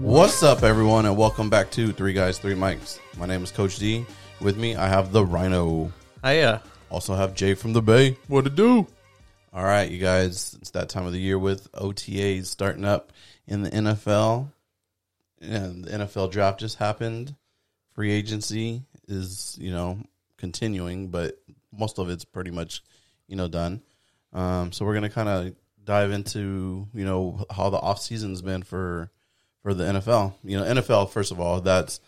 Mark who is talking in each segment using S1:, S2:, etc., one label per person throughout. S1: What's up, everyone, and welcome back to Three Guys, Three Mics. My name is Coach D. With me, I have the Rhino.
S2: Hiya.
S1: Also have Jay from the Bay.
S2: What to do?
S1: All right, you guys, it's that time of the year with OTAs starting up in the NFL. And the NFL draft just happened. Free agency is, you know, continuing, but most of it's pretty much, you know, done. Um, so we're going to kind of dive into, you know, how the offseason's been for for the NFL. You know, NFL first of all, that's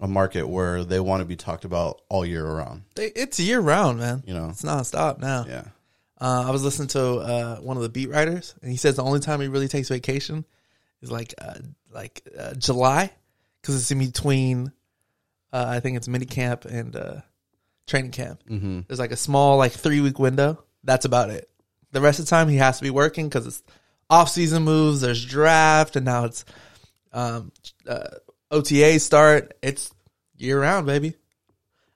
S1: a market where they want to be talked about all year around,
S2: They- It's year round, man.
S1: you know.
S2: It's nonstop now.
S1: Yeah.
S2: Uh, I was listening to uh, one of the beat writers, and he says the only time he really takes vacation is like uh, like uh, July, because it's in between. Uh, I think it's mini camp and uh, training camp.
S1: Mhm.
S2: There's like a small like three week window. That's about it. The rest of the time he has to be working because it's off season moves. There's draft, and now it's um, uh, OTA start. It's year round, baby.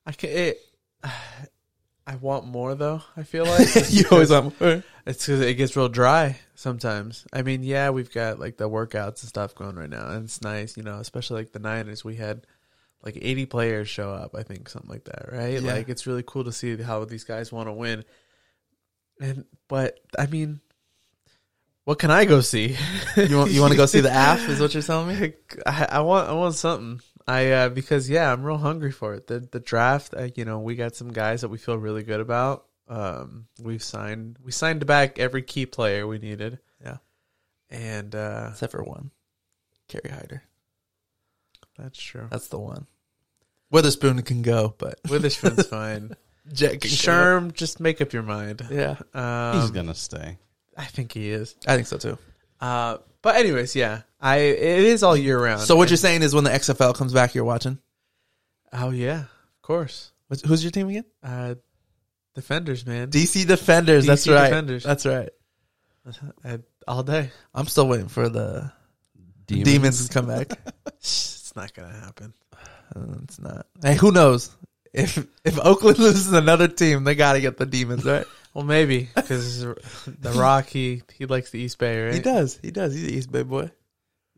S3: I can, it, I want more though. I feel like
S2: you always want more.
S3: it's because it gets real dry sometimes. I mean, yeah, we've got like the workouts and stuff going right now, and it's nice, you know. Especially like the Niners, we had like eighty players show up. I think something like that, right?
S2: Yeah.
S3: Like it's really cool to see how these guys want to win. And but I mean, what can I go see?
S2: You want you want to go see the AF? Is what you're telling me?
S3: I, I want I want something. I uh, because yeah, I'm real hungry for it. The the draft, uh, you know, we got some guys that we feel really good about. Um, we've signed we signed back every key player we needed.
S2: Yeah.
S3: and uh,
S2: Except for one, Kerry Hyder.
S3: that's true.
S2: That's the one. Witherspoon can go, but
S3: Witherspoon's fine.
S2: Jet can go.
S3: Sherm, just make up your mind.
S2: Yeah,
S1: He's
S3: Um,
S1: going to stay.
S3: I think he is.
S2: I think so too.
S3: Uh, but anyways, yeah, I it is all year round.
S2: So what you're saying is when the XFL comes back, you're watching.
S3: Oh yeah, of course.
S2: What's- Who's your team again?
S3: Uh, defenders, man,
S2: DC Defenders. that's
S3: DC
S2: right.
S3: Defenders.
S2: That's right.
S3: Uh, all day.
S2: I'm still waiting for the
S1: Demon.
S2: demons, to come back.
S3: It's not gonna happen.
S2: Uh, it's not. Hey, who knows? If if Oakland loses another team, they got to get the demons, right?
S3: Well, maybe because the Rock he he likes the East Bay, right?
S2: He does. He does. He's an East Bay boy.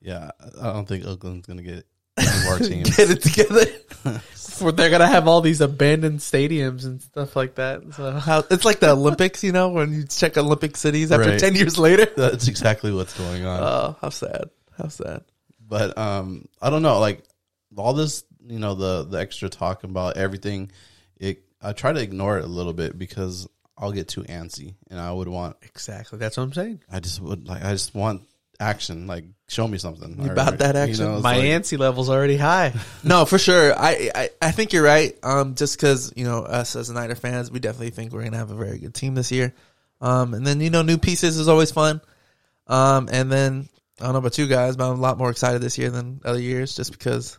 S1: Yeah, I don't think Oakland's going to get one of our team.
S2: Get it together.
S3: Where they're gonna have all these abandoned stadiums and stuff like that. So
S2: How, it's like the Olympics, you know, when you check Olympic cities after
S1: Right.
S2: 10 years later.
S1: That's exactly what's going on.
S2: Oh, how sad. How sad.
S1: but um, I don't know. Like all this, you know, the the extra talk about everything. It I try to ignore it a little bit because I'll get too antsy, and I would want.
S3: exactly, that's what I'm saying.
S1: I just would like. I just want action. Like show me something
S2: You about that action?
S1: it's
S3: My
S1: like-
S3: antsy level's already high.
S2: No, for sure. I, I, I think you're right. Um, just because, you know, us as Niner fans, we definitely think we're going to have a very good team this year. Um, and then, you know, new pieces is always fun. Um, and then, I don't know about you guys, but I'm a lot more excited this year than other years just because I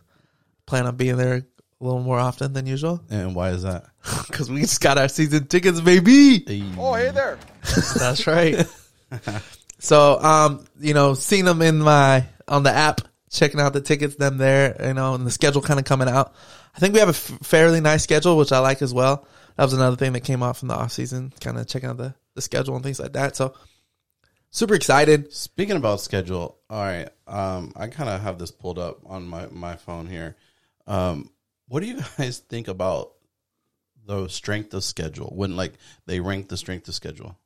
S2: plan on being there a little more often than usual
S1: And why is that?
S2: because we just got our season tickets, baby.
S1: Oh, hey there.
S2: That's right. so, um, you know, seeing them in my on the app, checking out the tickets, them there, you know, and the schedule kind of coming out. I think we have a f- fairly nice schedule, which I like as well. That was another thing that came out from the off season, kind of checking out the, the schedule and things like that. So, super excited.
S1: Speaking about schedule, all right. Um, I kind of have this pulled up on my my phone here. Um, what do you guys think about the strength of schedule when like they rank the strength of schedule?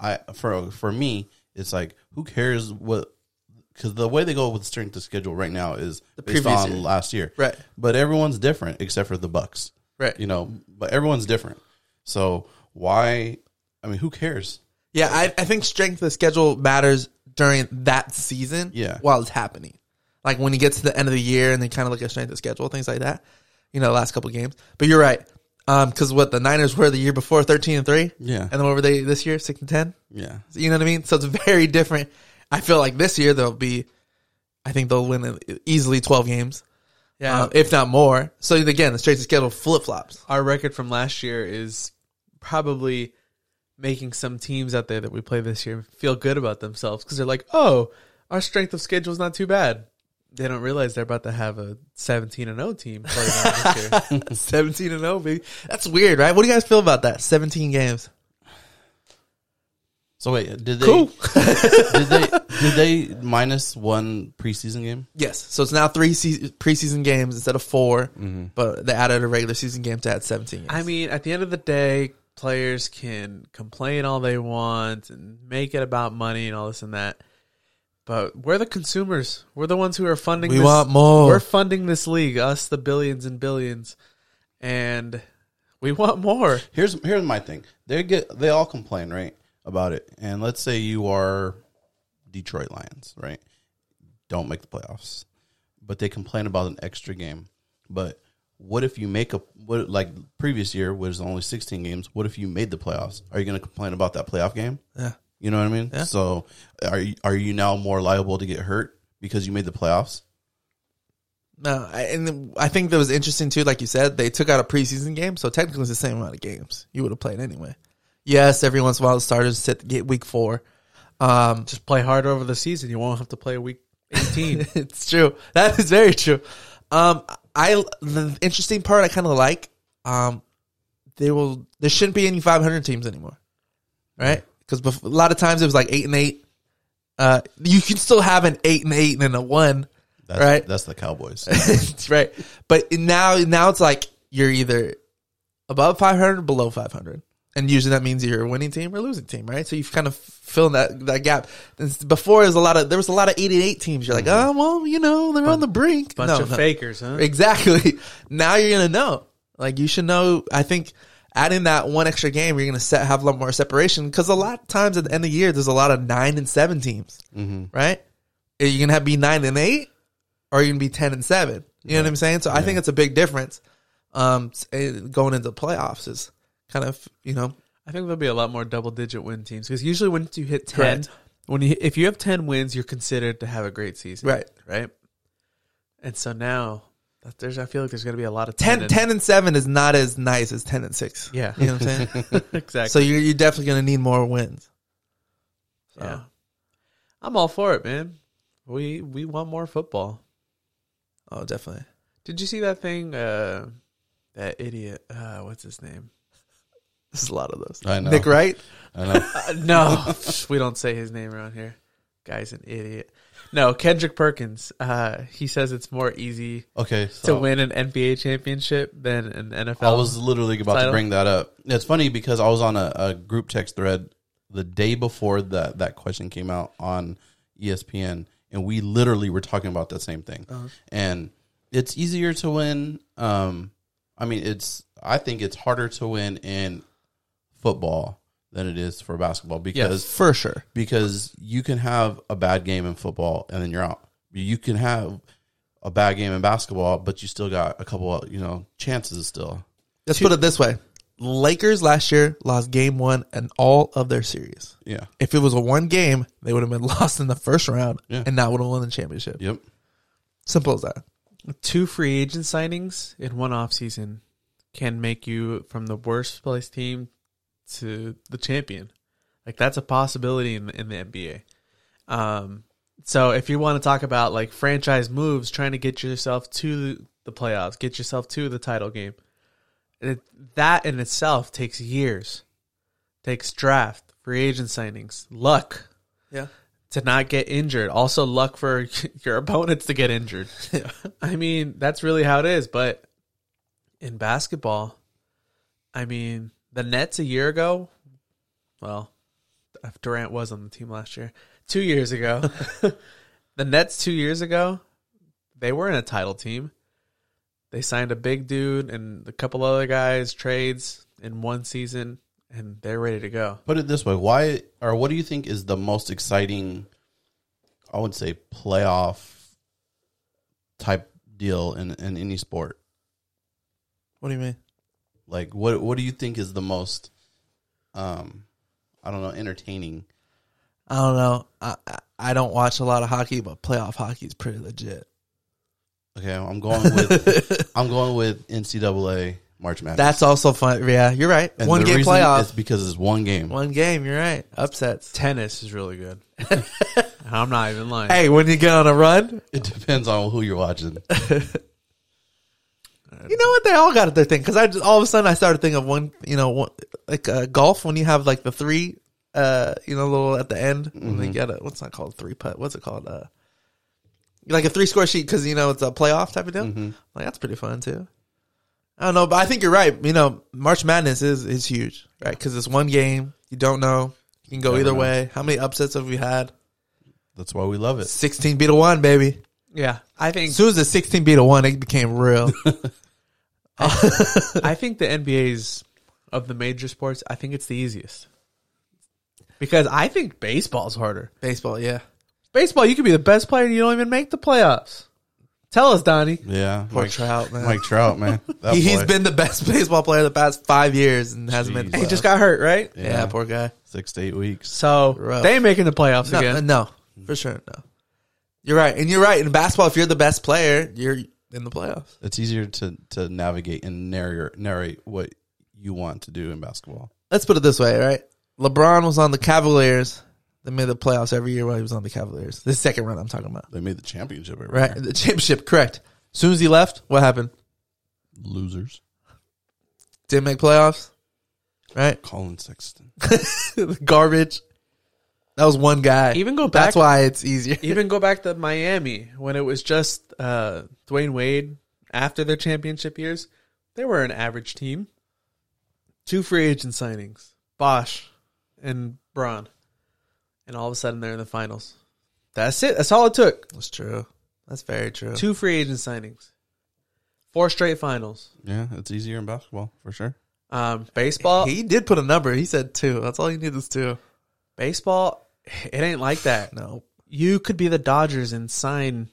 S1: I for for me, it's like who cares what because the way they go with strength of schedule right now is based
S2: previous
S1: on
S2: year.
S1: last year,
S2: Right.
S1: But everyone's different except for the Bucks,
S2: Right.
S1: you know. But everyone's different, so why? I mean, who cares?
S2: Yeah, I, I think strength of schedule matters during that season.
S1: Yeah.
S2: While it's happening. Like when you get to the end of the year and they kind of look at strength of schedule, things like that. You know, the last couple games. But you're right. Um, because what the Niners were the year before, thirteen and three.
S1: Yeah.
S2: And then what were they this year? Six and ten?
S1: Yeah,
S2: You know what I mean? So it's very different. I feel like this year they'll be I think they'll win easily twelve games.
S3: Yeah,
S2: um, if not more. So again, the strength of schedule flip flops.
S3: our record from last year is probably making some teams out there that we play this year feel good about themselves because they're like, oh, our strength of schedule is not too bad. They don't realize they're about to have a 17 and 0 team playing this year.
S2: Seventeen and oh, zero, baby. That's weird, right? What do you guys feel about that? Seventeen games.
S1: So wait, did they
S2: Cool.
S1: did they did they minus one preseason game?
S2: Yes. So it's now three se- preseason games instead of 4 but they added a regular season game to add 17 games.
S3: I mean, at the end of the day, players can complain all they want and make it about money and all this and that. But we're the consumers. We're the ones who are funding.
S2: we
S3: this,
S2: want more.
S3: We're funding this league, us, the billions and billions, and we want more.
S1: Here's here's my thing. They get they all complain right about it, and let's say you are Detroit Lions, right? Don't make the playoffs, but they complain about an extra game. But what if you make a what like previous year was only sixteen games? What if you made the playoffs? Are you going to complain about that playoff game?
S2: yeah.
S1: You know what I mean? So are you, are you now more liable to get hurt because you made the playoffs?
S2: No, I, and I think that was interesting too. Like you said, they took out a preseason game, so technically it's the same amount of games you would have played anyway. Yes, every once in a while the starters sit get week four. Um,
S3: Just play harder over the season. You won't have to play week eighteen.
S2: it's true. That is very true. Um, I the interesting part I kind of like. Um, they will. There shouldn't be any 500 teams anymore, right? Because bef- a lot of times it was like eight and eight. Uh, you can still have an eight and eight and a one.
S1: That's,
S2: Right.
S1: That's the Cowboys.
S2: That's right. But now, now it's like you're either above 500, below 500, and usually that means you're a winning team or losing team, right? So you've kind of filled that that gap. It's- Before it was a lot of there was a lot of 88 teams. You're like, oh well, you know they're on the brink.
S3: Mm-hmm. Bunch
S2: No,
S3: of
S2: no.
S3: fakers, huh?
S2: Exactly. Now you're gonna know. Like you should know. I think adding that one extra game, you're gonna set, have a lot more separation because a lot of times at the end of the year, there's a lot of nine and seven teams, right? Are you gonna have be nine and eight, or are you gonna be ten and seven? You know what I'm saying? So I think it's a big difference. Um, s- eh, going into playoffs is kind of you know
S3: I think there'll be a lot more double digit win teams because usually when you hit ten,
S2: Correct.
S3: when you if you have ten wins, you're considered to have a great season,
S2: Right.
S3: Right. And so now that there's, I feel like there's going to be a lot of
S2: 10,
S3: and-
S2: 10 and seven is not as nice as ten and six.
S3: Yeah.
S2: You know what I'm saying?
S3: exactly.
S2: so you're you're definitely gonna need more wins. So.
S3: yeah. I'm all for it, man. We we want more football.
S2: Oh, definitely.
S3: Did you see that thing? Uh, that idiot. Uh, what's his name?
S2: There's a lot of those.
S1: I know.
S2: Nick Wright.
S1: I know.
S3: Uh, no, we don't say his name around here. Guy's an idiot. No, Kendrick Perkins. Uh, he says it's more easy
S1: Okay.
S3: to
S1: so-
S3: win an NBA championship than an NFL.
S1: I was literally about
S3: Title?
S1: to bring that up. It's funny because I was on a, a group text thread the day before that that question came out on E ESPN, and we literally were talking about that same thing.
S3: Uh-huh.
S1: And it's easier to win. Um, I mean, it's I think it's harder to win in football than it is for basketball because
S2: For sure.
S1: because you can have a bad game in football and then you're out. You can have a bad game in basketball, but you still got a couple of you know chances still.
S2: Let's put it this way. Lakers last year lost game one and all of their series.
S1: Yeah.
S2: If it was a one game, they would have been lost in the first round
S1: Yeah.
S2: and not would have won the championship.
S1: Yep.
S2: Simple as that.
S3: two free agent signings in one offseason can make you from the worst place team to the champion. Like that's a possibility in in the NBA. Um, so if you want to talk about like franchise moves, trying to get yourself to the playoffs, get yourself to the title game, it, that in itself takes years, takes draft, free agent signings, luck
S2: Yeah.
S3: to not get injured. Also, luck for your opponents to get injured. I mean, that's really how it is. But in basketball, I mean, the Nets a year ago, well, if Durant was on the team last year, two years ago, the Nets two years ago, they weren't a title team. They signed a big dude and a couple other guys, trades in one season, and they're ready to go.
S1: Put it this way: Why or what do you think is the most exciting? I would say playoff type deal in, in any sport.
S2: What do you mean?
S1: Like, what what do you think is the most? Um, I don't know, entertaining.
S2: I don't know. I, I, I don't watch a lot of hockey, but playoff hockey is pretty legit.
S1: Okay, I'm going with I'm going with NCAA March Madness.
S2: That's also fun. Yeah, you're right.
S1: And
S2: one
S1: the
S2: game
S1: reason
S2: playoff.
S1: is because it's one game.
S2: one game, you're right. Upsets.
S3: Tennis is really good. I'm not even lying.
S2: Hey, when you get on a run,
S1: It depends on who you're watching.
S2: You know what? They all got their thing because I just all of a sudden I started thinking of one. You know, one, like uh, golf when you have like the three uh, you know, little at the end when
S1: Mm-hmm.
S2: they get a what's not called three putt. What's it called? Uh, like a three score sheet because you know it's a playoff type of deal.
S1: Mm-hmm.
S2: Like that's pretty fun too. I don't know, but I think you're right. You know, March Madness is is huge, right? Because it's one game. You don't know. You can go
S1: Never
S2: either
S1: know.
S2: way. How many upsets have we had?
S1: That's why we love it.
S2: Sixteen beat a one, baby.
S3: Yeah, I think
S2: As soon as the sixteen beat a one, it became real.
S3: I think the NBA's of the major sports. I think it's the easiest because I think baseball's harder.
S2: Baseball, yeah.
S3: Baseball, you could be the best player and you don't even make the playoffs. Tell us, Donnie.
S1: Yeah,
S2: Poor Trout, man.
S1: Mike Trout, man. That
S2: He, he's
S1: boy.
S2: been the best baseball player the past five years and hasn't been.
S1: Jeez.
S3: He just got hurt, right?
S2: yeah. poor guy.
S1: six to eight weeks.
S3: So
S2: Rough.
S3: they ain't making the playoffs
S2: No,
S3: again.
S2: uh, no, for sure, no. You're right, and you're right. In basketball, if you're the best player, you're in the playoffs.
S1: It's easier to to navigate and narrate narrate what you want to do in basketball.
S2: Let's put it this way, right? LeBron was on the Cavaliers. They made the playoffs every year while he was on the Cavaliers. The second run I'm talking about,
S1: They made the championship, every
S2: right?
S1: year.
S2: The championship, correct? As soon as he left, what happened?
S1: Losers.
S2: Didn't make playoffs, right?
S1: Colin Sexton.
S2: Garbage. That was one guy.
S3: Even go
S2: That's
S3: back-
S2: why it's easier.
S3: Even go back to Miami when it was just uh, Dwayne Wade after their championship years. They were an average team. Two free agent signings, Bosch and Braun. And all of a sudden they're in the finals. That's it. That's all it took.
S2: That's true. That's very true.
S3: Two free agent signings. Four straight finals.
S1: Yeah, it's easier in basketball for sure.
S3: Um, baseball
S2: He did put a number. He said two. That's all you need is two.
S3: baseball it ain't like that.
S2: No.
S3: You could be the Dodgers and sign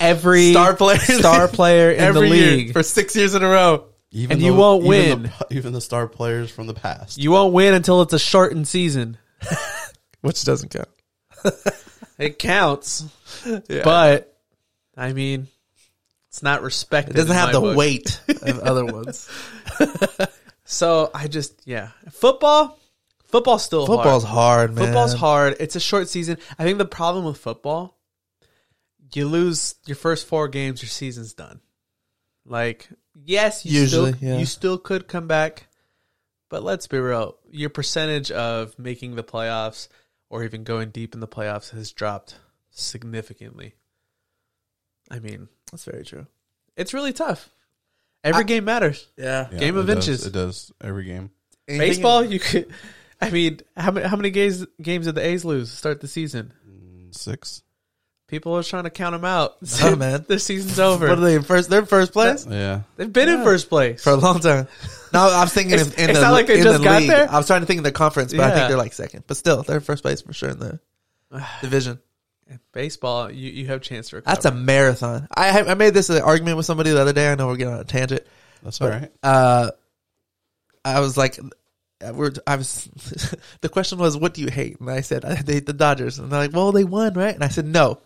S3: every
S2: Star player.
S3: star player in
S2: Every
S3: the
S2: year
S3: league.
S2: for six years in a row.
S1: Even
S3: And you won't
S1: even
S3: win.
S1: The, even the star players from the past.
S3: You won't win until it's a shortened season.
S2: Which doesn't count.
S3: It counts,
S2: Yeah.
S3: but I mean, it's not
S2: it
S3: respected.
S2: doesn't
S3: in
S2: have
S3: my
S2: the
S3: book.
S2: weight of other ones.
S3: So I just yeah, football, football's still
S2: Football's hard, man.
S3: Football's hard. It's a short season. I think the problem with football, you lose your first four games, your season's done. Like, yes, you
S2: Usually,
S3: still,
S2: yeah.
S3: you still could come back, but let's be real. Your percentage of making the playoffs or even going deep in the playoffs has dropped significantly. I mean,
S2: That's very true.
S3: it's really tough. Every game matters.
S2: Yeah.
S1: Yeah,
S3: Game of
S1: it does.
S3: inches.
S1: it does every game.
S2: Anything-
S3: Baseball, you could. I mean, how many how many games games did the A's lose to start the season?
S1: Six.
S3: People are trying to count them out.
S2: No, man.
S3: Their season's over.
S2: What are they in first? They're in first place
S1: Yeah.
S3: They've been in first place.
S2: for a long time. No, I was thinking
S3: It's-
S2: in, in
S3: it's
S2: the,
S3: not like they
S2: in
S3: just
S2: the
S3: got
S2: league.
S3: there.
S2: I was trying to think in the conference, but I
S3: Yeah.
S2: think they're like second. But still, they're in first place for sure in the division.
S3: Baseball, you, you have chance to recover.
S2: That's a marathon. I have- I made this an argument with somebody the other day. I know we're getting on a tangent.
S1: That's all right.
S2: uh, I was like, uh, we're, I was, the question was, what do you hate? And I said, I hate the Dodgers. And they're like, well, they won, right? And I said, no.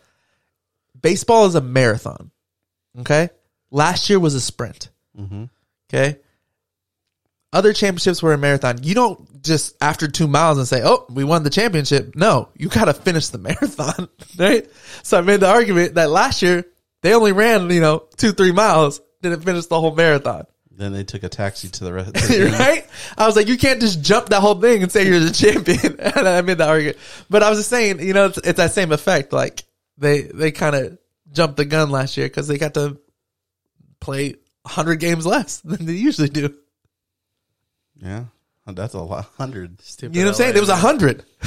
S2: Baseball is a marathon. Okay. Last year was a sprint.
S1: Mm-hmm.
S2: Okay. Other championships were a marathon. You don't just after two miles and say, "Oh, we won the championship." No, you got to finish the marathon, right? So I made the argument that last year they only ran, you know, two three miles, didn't finish the whole marathon,
S1: Then they took a taxi to the rest.
S2: right? I was like, you can't just jump that whole thing and say you're the champion. and I made the argument, but I was just saying, you know, it's, it's that same effect. Like they they kind of jumped the gun last year because they got to play hundred games less than they usually do.
S1: Yeah, that's a lot. Hundred.
S3: Stupid
S2: You know what I'm saying?
S3: LA.
S2: It was 100.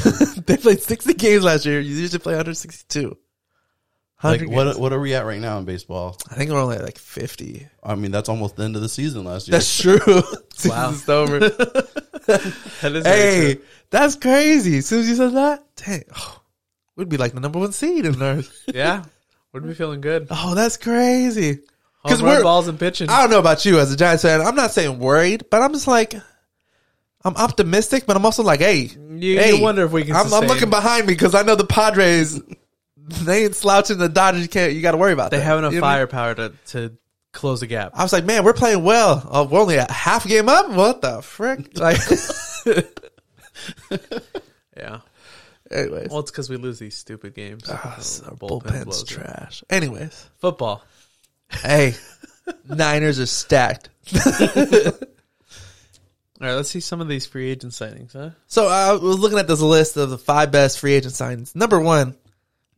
S2: they played 60 games last year. You usually play 162.
S1: Like
S2: 100
S1: what?
S2: games.
S1: What are we at right now in baseball?
S2: I think we're only at like 50.
S1: I mean, that's almost the end of the season last year.
S2: That's true.
S3: Wow.
S2: it's over.
S3: That is very
S2: hey,
S3: true.
S2: that's crazy. As soon as you said that, dang, oh, we'd be like the number one seed in there.
S3: yeah, wouldn't be feeling good.
S2: oh, that's crazy.
S3: Home
S2: Because
S3: Oh, run
S2: we're,
S3: balls and pitching.
S2: I don't know about you as a Giants fan. I'm not saying worried, but I'm just like, I'm optimistic, but I'm also like, hey,
S3: you
S2: hey,
S3: wonder if we can
S2: I'm, I'm
S3: sustain.
S2: looking behind me because I know the Padres. They ain't slouching the Dodgers. You can't. You got to worry about.
S3: they
S2: that.
S3: have enough
S2: You know what I mean?
S3: firepower to, to close a gap.
S2: I was like, man, we're playing well. Oh, we're only a half game up. What the frick? Like,
S3: Yeah.
S2: anyways,
S3: Well, it's because we lose these stupid games.
S2: Ah, so
S3: Our bullpen blows
S2: bullpen's
S3: it.
S2: trash. Anyways,
S3: Football.
S2: hey, Niners are stacked.
S3: All right, let's see some of these free agent signings, huh?
S2: So I was looking at this list of the five best free agent signings. Number one,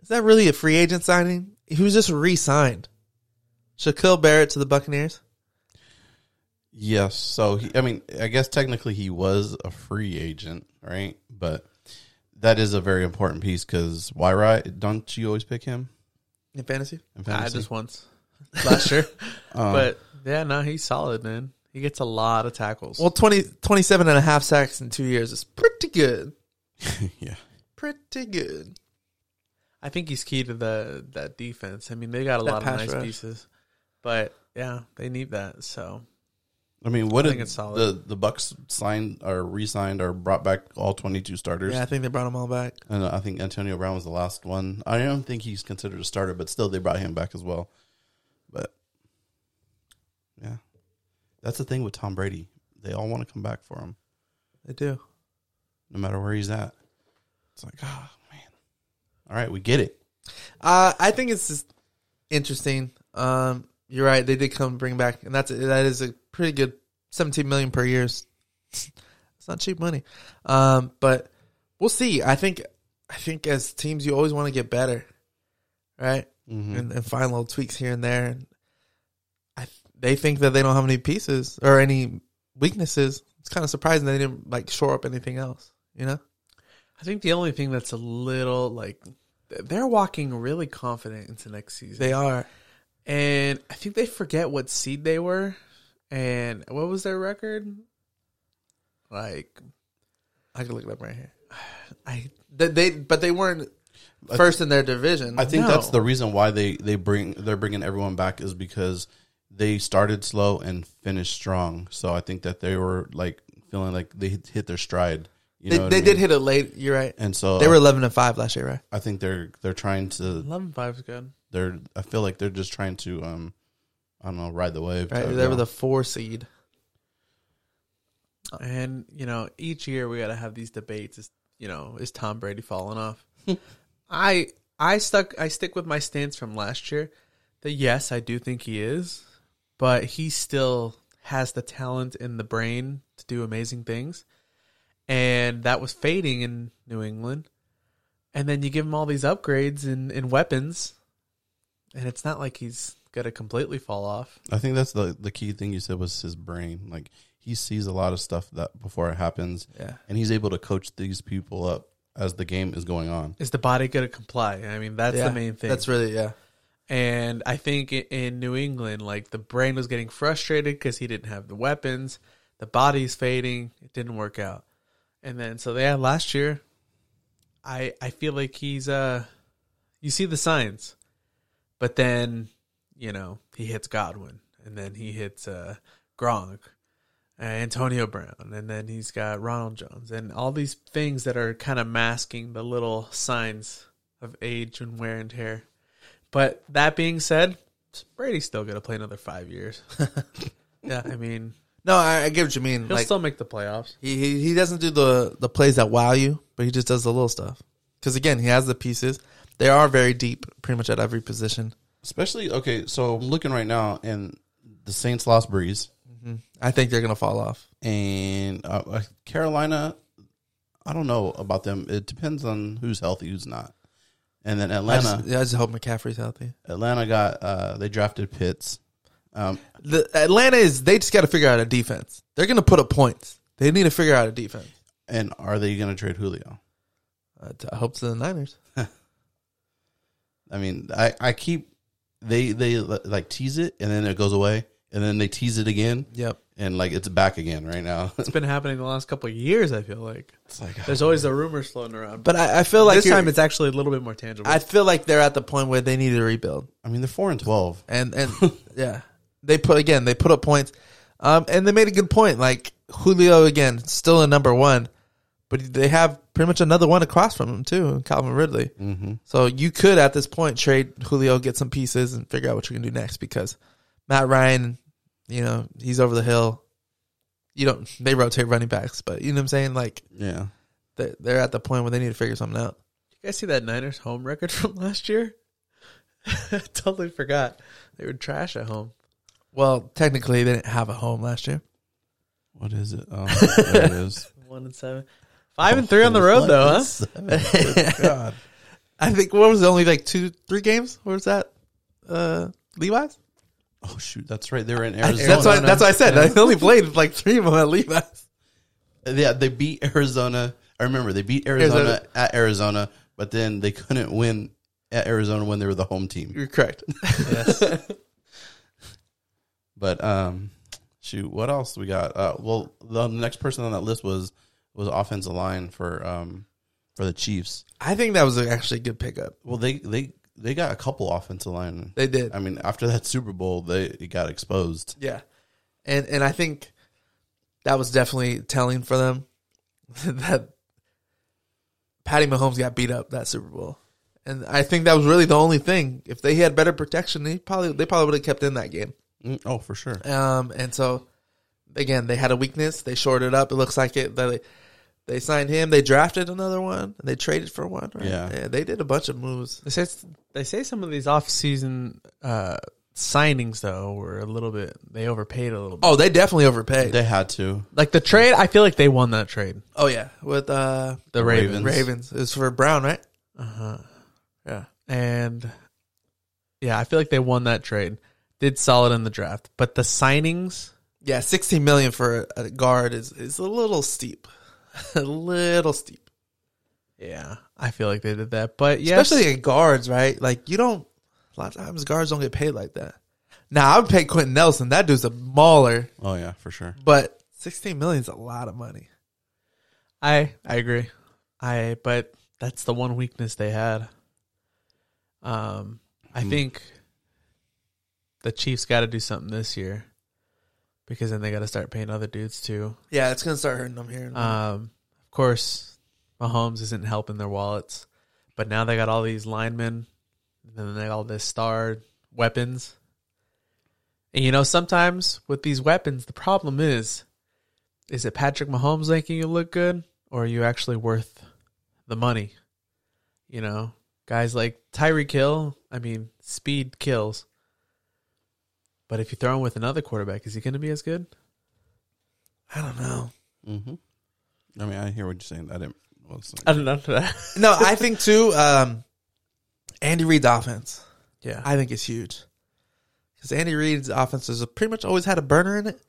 S2: is that really a free agent signing? He was just re-signed. Shaquille Barrett to the Buccaneers.
S1: Yes. So he, I mean, I guess technically he was a free agent, right? But that is a very important piece because why? Right? Don't you always pick him?
S2: In fantasy?
S1: In
S3: I
S1: fantasy?
S3: just once last year,
S2: Uh-huh.
S1: Um,
S3: but yeah, no, he's solid, man. He gets a lot of tackles.
S2: Well, 20, 27 and a half sacks in two years is pretty good.
S1: yeah,
S2: Pretty good.
S3: I think he's key to the that defense. I mean, they got a
S2: That
S3: lot of
S2: pass
S3: nice
S2: rush.
S3: pieces, but yeah, they need that. So
S1: I mean, what
S3: I
S1: did
S3: think it's solid.
S1: the the Bucks signed or re-signed or brought back all twenty two starters?
S2: Yeah, I think they brought them all back.
S1: And I think Antonio Brown was the last one. I don't think he's considered a starter, but still they brought him back as well. But yeah, that's the thing with Tom Brady. They all want to come back for him,
S2: They do.
S1: no matter where he's at. It's like, ah, man. All right, we get it.
S2: Uh, I think it's just interesting. Um, you're right. They did come bring back, and that's that is a pretty good 17 million per year. It's
S3: Mm-hmm.
S2: not cheap money, um, but we'll see. I think I think as teams, you always want to get better, right?
S1: Mhm.
S2: And, and find little tweaks here and there. And I th- they think that they don't have any pieces or any weaknesses. It's kind of surprising they didn't like shore up anything else. You know,
S3: I think the only thing that's a little like they're walking really confident into next season.
S2: they are.
S3: and I think they forget what seed they were and what was their record? Like
S2: I can look it up right here.
S3: I
S2: They, they but they weren't
S1: I-
S2: first in their division.
S1: I think
S3: No.
S1: that's the reason why they they bring they're bringing everyone back is because they started slow and finished strong. So I think that they were like feeling like they hit hit their stride. You
S2: they
S1: know what
S2: they
S1: I
S2: did
S1: mean?
S2: hit it late. You're right.
S1: and so
S2: They were 11 and five last year, right?
S1: I think they're they're trying to
S3: 11 5 is good.
S1: they're I feel like they're just trying to um I don't know ride the wave.
S2: Right.
S1: type
S2: they were
S1: deal.
S2: the four seed.
S3: And you know, each year we got to have these debates is you know, is Tom Brady falling off? I I stuck I stick with my stance from last year that yes, I do think he is, but he still has the talent and the brain to do amazing things. And that was fading in New England. And then you give him all these upgrades and, and weapons, and it's not like he's gonna completely fall off.
S1: I think that's the the key thing you said was his brain. Like he sees a lot of stuff that before it happens,
S2: Yeah.
S1: and he's able to coach these people up as the game is going on.
S3: Is the body gonna comply? I mean, that's
S2: Yeah.
S3: the main thing.
S2: That's really, yeah.
S3: And I think i- in New England, like the brain was getting frustrated because he didn't have the weapons, the body's fading, it didn't work out. And then so yeah, last year, I I feel like he's uh, you see the signs, but then you know he hits Godwin, and then he hits uh Gronk, uh, Antonio Brown, and then he's got Ronald Jones, and all these things that are kind of masking the little signs of age and wear and tear. But that being said, Brady's still going to play another five years. yeah, I mean,
S2: No, I, I get what you mean.
S3: he'll
S2: Like
S3: still make the playoffs.
S2: he, he he doesn't do the the plays that wow you, but he just does the little stuff. Because again, he has the pieces. They are very deep, pretty much at every position.
S1: Especially okay, so I'm looking right now, and the Saints lost Breeze,
S2: I think they're gonna fall off.
S1: and uh, uh, Carolina. I don't know about them. It depends on who's healthy, who's not. And then
S2: I
S1: Atlanta,
S2: just, yeah, I just hope McCaffrey's healthy.
S1: Atlanta got uh, they drafted Pitts. Um,
S2: The Atlanta is they just got to figure out a defense. They're gonna put up points. They need to figure out a defense.
S1: and are they going to trade Julio?
S2: Uh, t- I hope to the Niners.
S1: I mean, I, I keep they they like tease it and then it goes away and then they tease it again
S2: Yep.
S1: and like it's back again right now.
S3: It's been happening the last couple of years, I feel like.
S1: it's like
S3: There's always a rumor floating around. But
S2: But I, I feel like
S3: this
S2: you're-
S3: time it's actually a little bit more tangible.
S2: I feel like they're at the point where they need to rebuild.
S1: I mean, they're four and twelve.
S2: and and yeah, they put again they put up points, um, and they made a good point. Like Julio again, still a number one, but they have pretty much another one across from him too, Calvin Ridley. Mm-hmm. So you could at this point trade Julio, get some pieces, and figure out what you're gonna do next because Matt Ryan, you know, he's over the hill. You don't they rotate running backs, but you know what I'm saying. Like
S1: Yeah,
S2: they they're at the point where they need to figure something out.
S3: you guys see that Niners home record from last year? totally forgot. They were trash at home.
S2: Well, technically they didn't have a home last year.
S1: What is it? Oh, there it is.
S3: One and seven. Oh, Five and three on the road, though, huh?
S1: God.
S2: I think what was it, only like two, three games? Where was that? Uh, Levi's.
S1: Oh shoot, that's right. They were in Arizona.
S2: That's why. That's why I said I only played like three of them at Levi's.
S1: Yeah, they beat Arizona. I remember they beat Arizona,
S2: Arizona.
S1: at Arizona, but then they couldn't win at Arizona when they were the home team.
S2: You're correct.
S1: But um, shoot, what else we got? Uh, well, the next person on that list was was offensive line for um for the Chiefs.
S2: I think that was actually a good pickup.
S1: Well, they they they got a couple offensive line.
S2: They did.
S1: I mean, after that Super Bowl, they it got exposed.
S2: Yeah, and and I think that was definitely telling for them that Patty Mahomes got beat up that Super Bowl, and I think that was really the only thing. If they had better protection, they probably they probably would have kept in that game.
S1: Mm, Oh, for sure.
S2: Um, and so again, they had a weakness. They shorted up. It looks like it. They they signed him. They drafted another one. And they traded for one. Right?
S1: Yeah.
S2: they did a bunch of moves.
S3: They say they say some of these off-season uh, signings though were a little bit they overpaid a little bit.
S2: Oh, they definitely overpaid.
S1: They had to.
S3: Like the trade, I feel like they won that trade.
S2: oh yeah, with uh
S3: The Ravens,
S1: Ravens.
S2: Ravens. It was for Brown, right?
S3: Uh-huh.
S2: Yeah.
S3: and yeah, I feel like they won that trade. Did solid in the draft, but the signings
S2: Yeah, sixteen million for a guard is is a little steep, a little steep.
S3: Yeah, I feel like they did that, but yeah,
S2: Especially in guards, right? Like you don't. A lot of times, guards don't get paid like that. Now I would pay Quentin Nelson. That dude's a mauler,
S1: Oh yeah, for sure.
S2: but sixteen million is a lot of money.
S3: I I agree. I but that's the one weakness they had. Um, I
S1: Hmm.
S3: think the Chiefs got to do something this year because then they got to start paying other dudes too.
S2: Yeah, it's gonna start hurting them here. in a minute.
S3: Um, of course, Mahomes isn't helping their wallets, but now they got all these linemen, and then they got all this star weapons. And you know, sometimes with these weapons, the problem is, is it Patrick Mahomes making you look good, or are you actually worth the money? You know, guys like Tyreek Hill. I mean, speed kills. But if you throw him with another quarterback, is he going to be as good?
S2: I don't know.
S1: hmm
S2: Mm-hmm.
S1: I mean, I hear what you're saying. I didn't. wasn't-
S3: I don't know.
S2: No, I think too. Um, Andy Reid's offense,
S3: yeah,
S2: I think, is huge because Andy Reid's offense has pretty much always had a burner in it.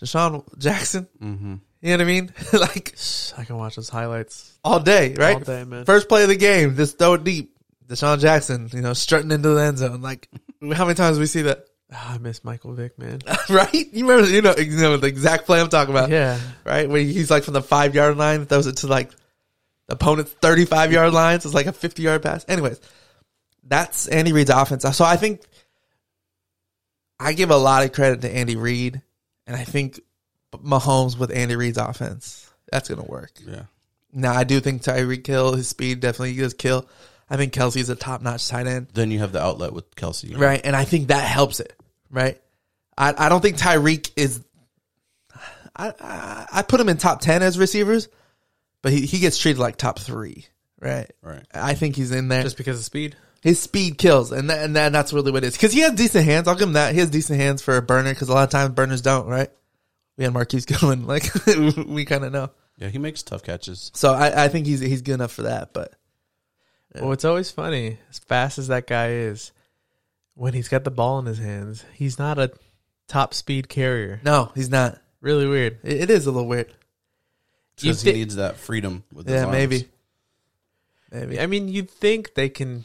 S2: Deshaun Jackson,
S1: Mhm.
S2: you know what I mean? like
S3: I can watch those highlights
S2: all day, right?
S3: all day, man.
S2: First play of the game, just throw it deep. Deshaun Jackson, you know, strutting into the end zone. Like how many times we see that,
S3: Ah, I miss Michael Vick, man.
S2: right? You remember, you know, you know the exact play I'm talking about,
S3: yeah,
S2: right? Where he's like from the five yard line, throws it to like opponent's 35 yard lines. It's like a 50 yard pass. Anyways, that's Andy Reid's offense. So I think I give a lot of credit to Andy Reid, and I think Mahomes with Andy Reid's offense, that's gonna work.
S1: Yeah.
S2: Now I do think Tyreek Hill, his speed definitely does kill. I think Kelsey's a top notch tight end.
S1: Then you have the outlet with Kelsey.
S2: Right. And I think that helps it. Right. I, I don't think Tyreek is I, I I put him in top ten as receivers, but he, he gets treated like top three. Right.
S1: Right.
S2: I think he's in there.
S3: just because of speed.
S2: his speed kills, and that, and that, that's really what it is. Because he has decent hands. I'll give him that. He has decent hands for a burner. Because a lot of times burners don't. Right. We had Marquise Goodwin. Like we kind of know.
S1: Yeah, he makes tough catches.
S2: So I, I think he's he's good enough for that. But
S3: Well, it's always funny. As fast as that guy is, when he's got the ball in his hands, he's not a top speed carrier.
S2: no, he's not.
S3: Really weird.
S2: It, it is a little weird.
S3: You
S1: Because he
S3: thi-
S1: needs that freedom with his
S2: Yeah,
S1: arms.
S2: maybe. Maybe.
S3: I mean, you'd think they can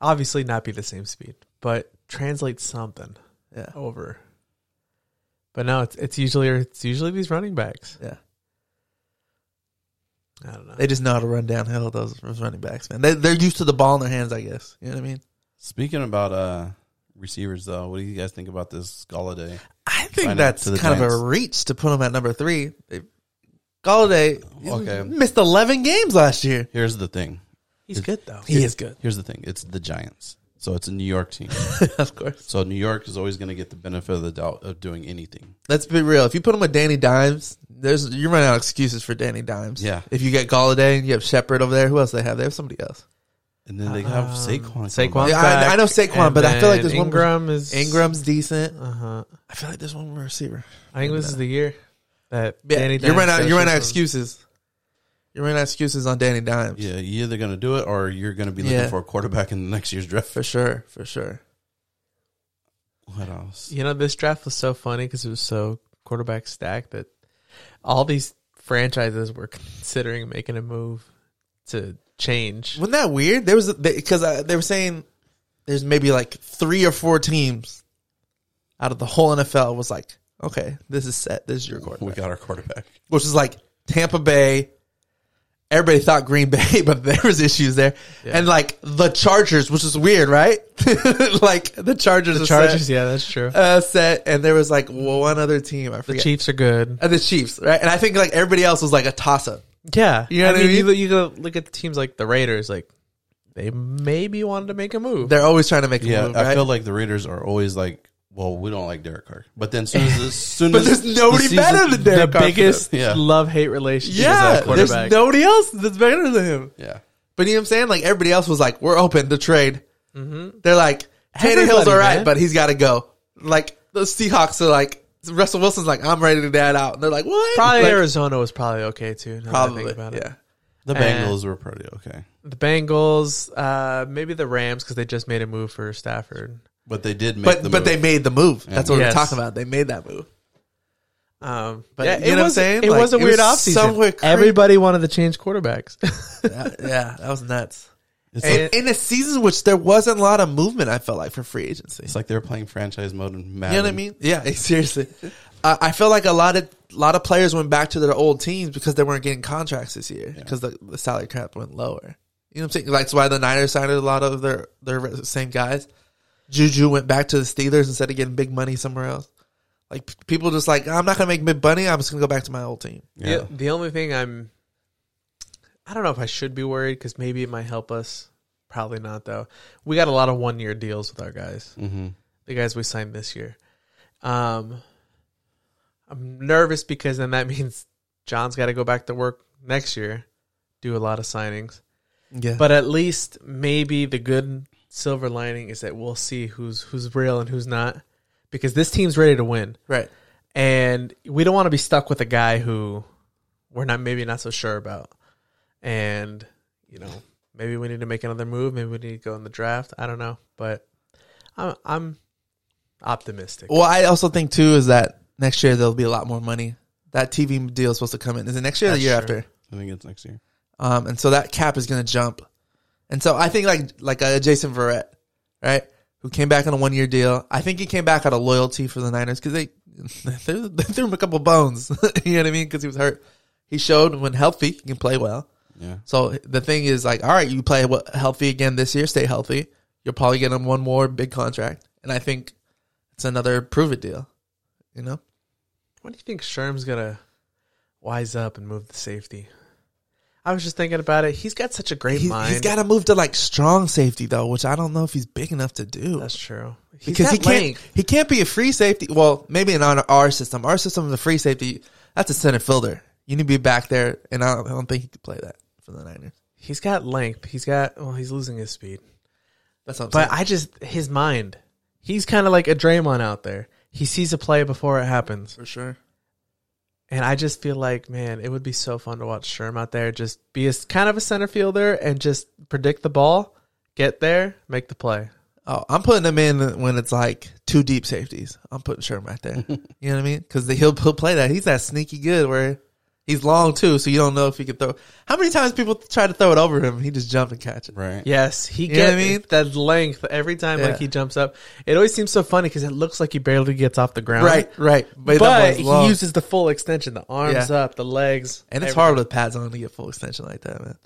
S3: obviously not be the same speed, but translate something
S2: Yeah.
S3: over. But no, it's it's usually it's usually these running backs.
S2: Yeah.
S3: I don't know.
S2: They just know how to run downhill, those, those running backs, man. They, they're used to the ball in their hands, I guess. You know what I mean?
S1: Speaking about uh receivers though, what do you guys think about this Galladay?
S2: I
S1: Sign
S2: think
S1: him
S2: that's
S1: to the
S2: kind of a
S1: Giants.
S2: reach to put him at number three. They- Galladay he's
S1: Okay.
S2: missed 11 games last year.
S1: Here's the thing.
S3: he's good though.
S2: He is good.
S1: Here's the thing. It's the Giants. So it's a New York team.
S2: of course.
S1: so New York is always going to get the benefit of the doubt of doing anything.
S2: Let's be real. If you put him with Danny Dimes, there's you run out of excuses for Danny Dimes.
S1: Yeah.
S2: If you get Galladay and you have Shepard over there, who else they have? They have somebody else.
S1: And then they have
S3: Um,
S1: Saquon. come back.
S3: Saquon.
S2: Yeah, I- I know
S3: back,
S2: Saquon,
S3: and
S2: but I feel like
S3: then
S2: there's one-
S3: Ingram is
S2: Ingram's decent.
S3: Uh huh.
S2: I feel like there's one more receiver.
S3: I think this is the year. That
S2: Yeah,
S3: Danny
S2: you're running out. You're running out
S3: out
S2: of excuses. You're running out of excuses on Danny Dimes.
S1: Yeah, you're either going to do it or you're going to be looking
S2: Yeah.
S1: for a quarterback in the next year's draft.
S2: For sure. For sure.
S1: What else?
S3: You know, this draft was so funny because it was so quarterback stacked that all these franchises were considering making a move to change.
S2: Wasn't that weird? There was because they, were saying there's maybe like three or four teams out of the whole NFL was like, okay, this is set. This is your
S1: We
S2: quarterback,
S1: got our quarterback.
S2: which is like Tampa Bay. Everybody thought Green Bay, but there was issues there, and like the Chargers, which is weird, right? like the Chargers,
S3: The
S2: are
S3: Chargers,
S2: set,
S3: yeah, that's true.
S2: uh, set, and there was like one other team I
S3: the
S2: forget,
S3: Chiefs are good.
S2: Uh, the Chiefs, right? And I think like everybody else was like a toss up.
S3: Yeah,
S2: You know what I
S3: You,
S2: mean?
S3: go- you go look at teams like the Raiders, like they maybe wanted to make a move.
S2: They're always trying to make a
S1: Yeah,
S2: move,
S1: I
S2: right?
S1: feel like the Raiders are always like, well, we don't like Derek Carr. But then soon as, as soon
S2: but
S1: as
S2: there's nobody
S1: the season-
S2: better than Derek
S3: the
S2: Carr for
S3: biggest
S1: them. Yeah.
S3: love hate relationship
S2: Yeah,
S3: is that quarterback.
S2: there's nobody else that's better than him.
S1: Yeah.
S2: But you know what I'm saying? Like everybody else was like, "We're open to trade." They're like, "Tannehill's
S3: Everybody,
S2: all right,
S3: man.
S2: but he's got to go." Like the Seahawks are like, Russell Wilson's like, "I'm ready to dad out," and they're like, "What?"
S3: Probably
S2: Like,
S3: Arizona was probably okay too. now that I
S2: probably,
S3: think about it.
S2: yeah.
S1: The
S3: Eh.
S1: Bengals were pretty okay.
S3: The Bengals, uh, maybe the Rams because they just made a move for Stafford.
S1: But they did make
S2: But
S1: the
S2: but they
S1: move.
S2: made the move. That's what
S3: Yes.
S2: we're talking about. They made that move.
S3: Um, but
S2: Yeah,
S3: it
S2: you know what I'm
S3: was,
S2: saying?
S3: It
S2: Like,
S3: was a
S2: it
S3: weird
S2: was somewhere
S3: offseason.
S2: cra-
S3: Everybody wanted to change quarterbacks.
S2: yeah, yeah, that was nuts.
S1: It's,
S2: And
S1: like,
S2: in a season which there wasn't a lot of movement, I felt like for free agency.
S1: it's like they were playing franchise mode and Madden.
S2: You know what I mean? Yeah, seriously. I I feel like a lot of lot of players went back to their old teams because they weren't getting contracts this year because the, the salary cap went lower. You know what I'm saying? Like, that's why the Niners signed a lot of their their same guys. Juju went back to the Steelers instead of getting big money somewhere else. Like p- people just like I'm not gonna make big money. I'm just gonna go back to my old team.
S1: Yeah.
S3: The, the only thing I'm, I don't know if I should be worried because maybe it might help us. Probably not though. We got a lot of one year deals with our guys,
S1: Mhm.
S3: the guys we signed this year. Um, I'm nervous because then that means John's got to go back to work next year, do a lot of signings.
S2: Yeah, but
S3: But at least maybe the good silver lining is that we'll see who's who's real and who's not, because this team's ready to win
S2: right.
S3: and we don't want to be stuck with a guy who we're not maybe not so sure about. And you know, maybe we need to make another move. Maybe we need to go in the draft. I don't know, but I'm I'm optimistic.
S2: Well, I also think too is that next year there'll be a lot more money. That TV deal is supposed to come in. Is it next year or the
S3: That's
S2: year
S3: true.
S2: after?
S1: I think it's next year.
S2: Um, and so that cap is going to jump. And so I think like like uh, Jason Verrett, right, who came back on a one year deal. I think he came back out of loyalty for the Niners because they, they threw- they threw him a couple bones. you know what I mean? Because he was hurt. He showed when healthy he can play well.
S1: Yeah.
S2: So the thing is like, all right, you play what, healthy again this year, stay healthy. You'll probably get him one more big contract, and I think it's another prove it deal. You know,
S3: When do you think Sherm's gonna wise up and move the safety? I was just thinking about it. He's got such a great
S2: He's-
S3: mind.
S2: he's got to move to like strong safety though, which I don't know if he's big enough to do.
S3: That's true. He's
S2: because
S3: got
S2: he can't
S3: length.
S2: he can't be a free safety. Well, maybe in our, our system, our system is a free safety. That's a center fielder. You need to be back there, and I don't, I don't think he could play that for the Niners.
S3: He's got length. He's got. Well, he's losing his speed.
S2: That's what I'm
S3: But
S2: saying.
S3: I just his mind. He's kind of like a Draymond out there. He sees a play before it happens,
S2: for sure.
S3: and I just feel like, man, it would be so fun to watch Sherm out there just be a, kind of a center fielder and just predict the ball, get there, make the play.
S2: Oh, I'm putting him in when it's like two deep safeties. I'm putting Sherm right there. you know what I mean? Because he'll he'll play that. He's that sneaky good where he's long too, so you don't know if he could throw. How many times people try to throw it over him? He just jump and catch it.
S1: Right.
S3: Yes, he
S2: know what
S3: gets
S2: I mean?
S3: that length every time.
S2: Yeah.
S3: Like he jumps up, it always seems so funny because it looks like he barely gets off the ground.
S2: Right, right.
S3: but,
S2: that one's
S3: he
S2: long.
S3: uses the full extension, the arms
S2: Yeah.
S3: up, the legs,
S2: And it's
S3: everything.
S2: hard with pads on to get full extension like that, man.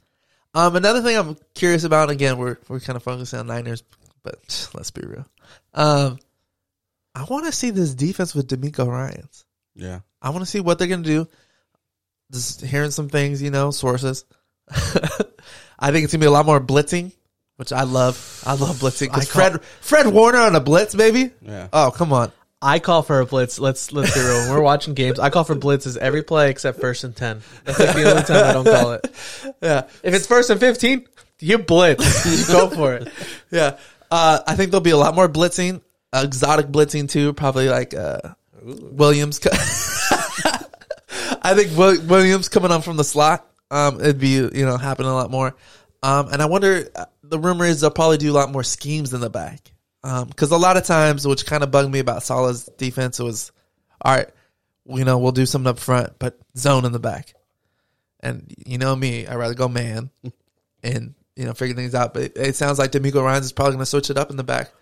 S2: Um, another thing I'm curious about, and again, we're we're kind of focusing on Niners, but let's be real. Um, I want to see this defense with D'Amico Ryan's.
S1: Yeah.
S2: I want to see what they're gonna do. Just hearing some things, you know, sources. I think it's gonna be a lot more blitzing, which I love. I love blitzing
S3: I
S2: because
S3: call-
S2: Fred Fred Warner on a blitz, baby.
S1: Yeah.
S2: Oh come on,
S3: I call for a blitz. Let's let's be real. When we're watching games, I call for blitzes every play except first and ten. That's like the only time I don't call it.
S2: yeah.
S3: If it's first and fifteen, you blitz. You go for it.
S2: Yeah. Uh, I think there'll be a lot more blitzing, exotic blitzing too. Probably like uh, Williams. co- I think Wil- Williams coming on from the slot, um, it'd be you know happening a lot more. Um, and I wonder uh, the rumor is they'll probably do a lot more schemes in the back because a lot of times, which kind of bugged me about Salah's defense was, all right, you know we'll do something up front, but zone in the back. And you know me, I'd rather go man and you know figure things out. But it, it sounds like D'Amico Ryan's is probably going to switch it up in the back.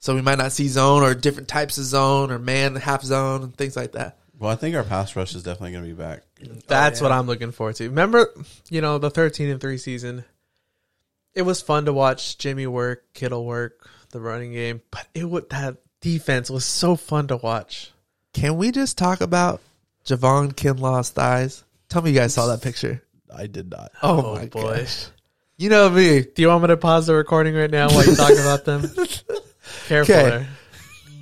S2: So we might not see zone or different types of zone or man half zone and things like that.
S1: Well, I think our pass rush is definitely going to be back.
S3: That's
S2: yeah.
S3: what I'm looking forward to. Remember, you know, the 13 and 3 season. It was fun to watch Jimmy work, Kittle work, the running game, but it would that defense was so fun to watch.
S2: Can we just talk about Javon Kinlaw's thighs? Tell me you guys saw that picture.
S1: I did not.
S2: Oh, my boy. You know me.
S3: Do you want me to pause the recording right now while you talk about them? Careful.
S2: 'Kay.
S3: there.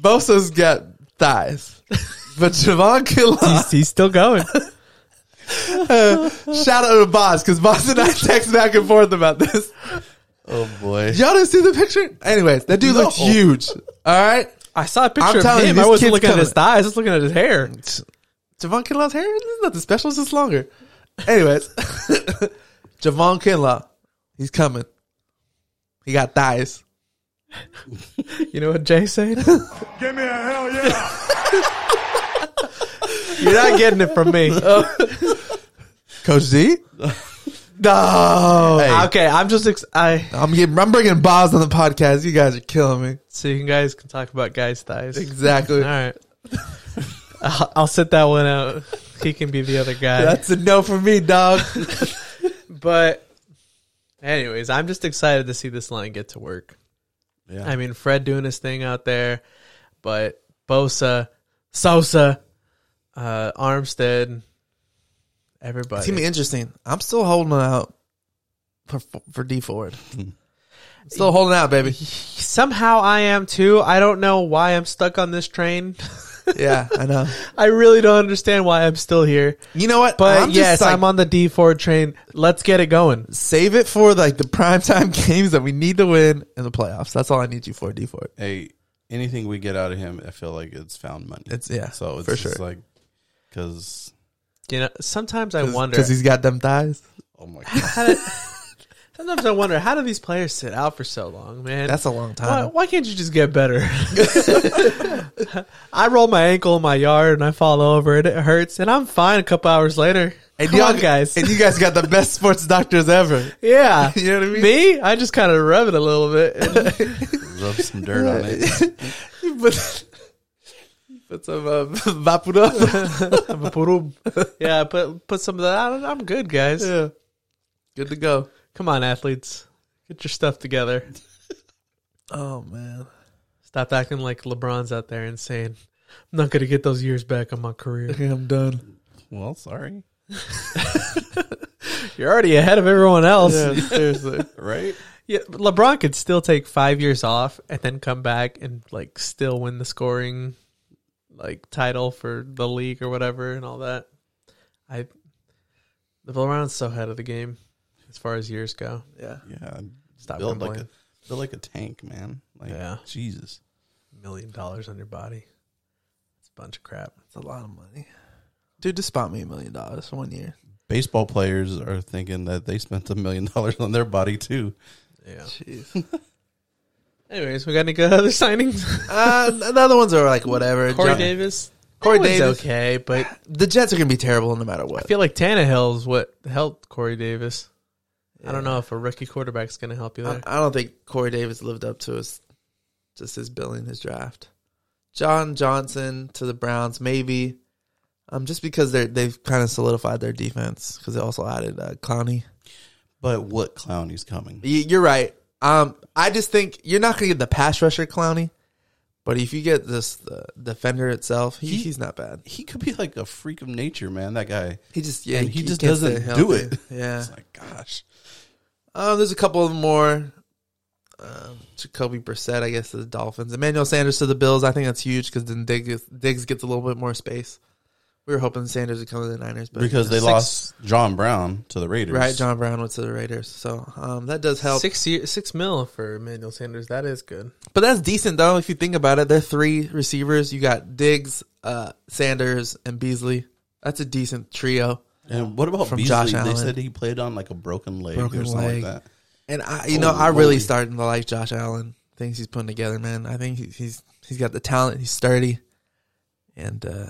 S2: Bosa's got thighs. But Javon Kinlaw,
S3: He's, he's still going.
S2: shout out to Boss, because Boss and I text back and forth about this.
S1: Oh boy.
S2: Y'all didn't see the picture? Anyways, that dude looked
S1: No.
S2: huge. All right.
S3: I saw a
S2: I'm
S3: picture of
S2: telling you,
S3: him.
S2: this
S3: I
S2: kid's
S3: wasn't looking at his
S2: coming.
S3: thighs. I was looking at his hair.
S2: Javon Kinlaw's hair is nothing special. It's just longer. Anyways, Javon Kinlaw, he's coming. He got thighs.
S3: You know what Jay said?
S4: Give me a hell yeah!
S3: You're not getting it from me.
S2: Oh, Coach Z? no.
S3: Okay, I'm just ex- I
S2: I'm getting, I'm bringing Boz on the podcast. You guys are killing me.
S3: so you guys can talk about guys' thighs.
S2: Exactly.
S3: All right. I'll, I'll sit that one out. He can be the other guy.
S2: That's a no for me, dog.
S3: but, anyways, I'm just excited to see this line get to work.
S1: Yeah.
S3: I mean, Fred doing his thing out there, but Bosa, Sosa, uh, Armstead, everybody.
S2: It's gonna be interesting. I'm still holding out for for D Ford. still holding out, baby.
S3: Somehow I am too. I don't know why I'm stuck on this train.
S2: Yeah, I know.
S3: I really don't understand why I'm still here.
S2: You know what?
S3: But
S2: I'm just
S3: yes,
S2: like,
S3: I'm on the D4 train. Let's get it going.
S2: save it for like the primetime games that we need to win in the playoffs. That's all I need you for, D Ford.
S1: Hey, anything we get out of him, I feel like it's found money.
S2: It's yeah.
S1: so it's
S2: for
S1: just
S2: sure.
S1: like because
S3: You know, sometimes I wonder.
S2: because he's got them thighs.
S1: oh my god,
S3: How do- sometimes I wonder how do these players sit out for so long, man?
S2: That's a long time.
S3: why, why can't you just get better? I roll my ankle in my yard and I fall over and it hurts and I'm fine a couple hours later.
S2: and
S3: Come
S2: y'all
S3: on, guys.
S2: and you guys got the best sports doctors ever.
S3: yeah.
S2: You know what I mean?
S3: Me, I just kind of rub it a little bit.
S1: rub some dirt on it.
S2: You put, you put some uh, Vaporub.
S3: I'm a poodle. yeah, put put some of that out. and I'm good, guys.
S2: yeah. Good to go.
S3: Come on, athletes, get your stuff together.
S2: Oh man.
S3: Stop acting like LeBron's out there and saying, "I'm not gonna get those years back on my career."
S2: Okay, I'm done.
S1: Well, sorry,
S3: You're already ahead of everyone else.
S2: Yeah,
S3: Yeah.
S2: seriously.
S1: right?
S3: but LeBron could still take five years off and then come back and like still win the scoring like title for the league or whatever and all that. I LeBron's so ahead of the game as far as years go.
S2: Yeah.
S1: Yeah,
S3: Stop
S1: build like a
S3: complaining.
S1: build like a tank, man. Like
S3: Yeah.
S1: Jesus,
S3: Million dollars on your body. It's a bunch of crap.
S2: It's a lot of money. Dude, just spot me a million dollars for one year.
S1: baseball players are thinking that they spent a million dollars on their body too.
S3: Yeah.
S2: Jeez.
S3: Anyways, we got any good other signings?
S2: uh, the other ones are like whatever.
S3: Corey
S2: John-
S3: Davis.
S2: Corey
S3: That one's
S2: Davis.
S3: okay, but
S2: The Jets are going to be terrible no matter
S3: I
S2: what.
S3: feel like Tannehill's what helped Corey Davis. I don't know if a rookie quarterback's going to help you
S2: I,
S3: there.
S2: I don't think Corey Davis lived up to his just his billing, his draft. John Johnson to the Browns, maybe. Um, just because they are they've kind of solidified their defense because they also added uh, Clowney.
S1: But what clown is coming?
S2: Y- You're right. Um, I just think you're not going to get the pass rusher Clowney, but if you get this the defender itself, he,
S1: He-
S2: he's not bad.
S1: He could be like a freak of nature, man. That guy.
S2: He just yeah,
S1: And he just
S2: can't
S1: doesn't
S2: stay
S1: do
S2: healthy.
S1: it.
S2: Yeah.
S1: It's like gosh,
S2: Um, there's a couple of more. Um, Jacoby Brissett, I guess, to the Dolphins. Emmanuel Sanders to the Bills. I think that's huge because then Diggs, Diggs gets a little bit more space. We were hoping Sanders would come to the Niners, but
S1: because they
S3: Six-
S1: lost John Brown to the Raiders,
S2: right, John Brown went to the Raiders, so um, that does help.
S3: Six year, six mil for Emmanuel Sanders. That is good.
S2: But that's decent though, if you think about it. They're three receivers. You got Diggs, uh, Sanders, and Beasley. That's a decent trio.
S1: And what about
S2: From
S1: Beasley?
S2: Josh
S1: They
S2: Allen.
S1: said he played on like a broken leg
S2: Broken
S1: or something
S2: leg.
S1: like that.
S2: And I, you
S1: Oh,
S2: know, I really
S1: holy.
S2: starting to like Josh Allen. Things he's putting together, man. I think he's he's, he's got the talent. He's sturdy, and uh,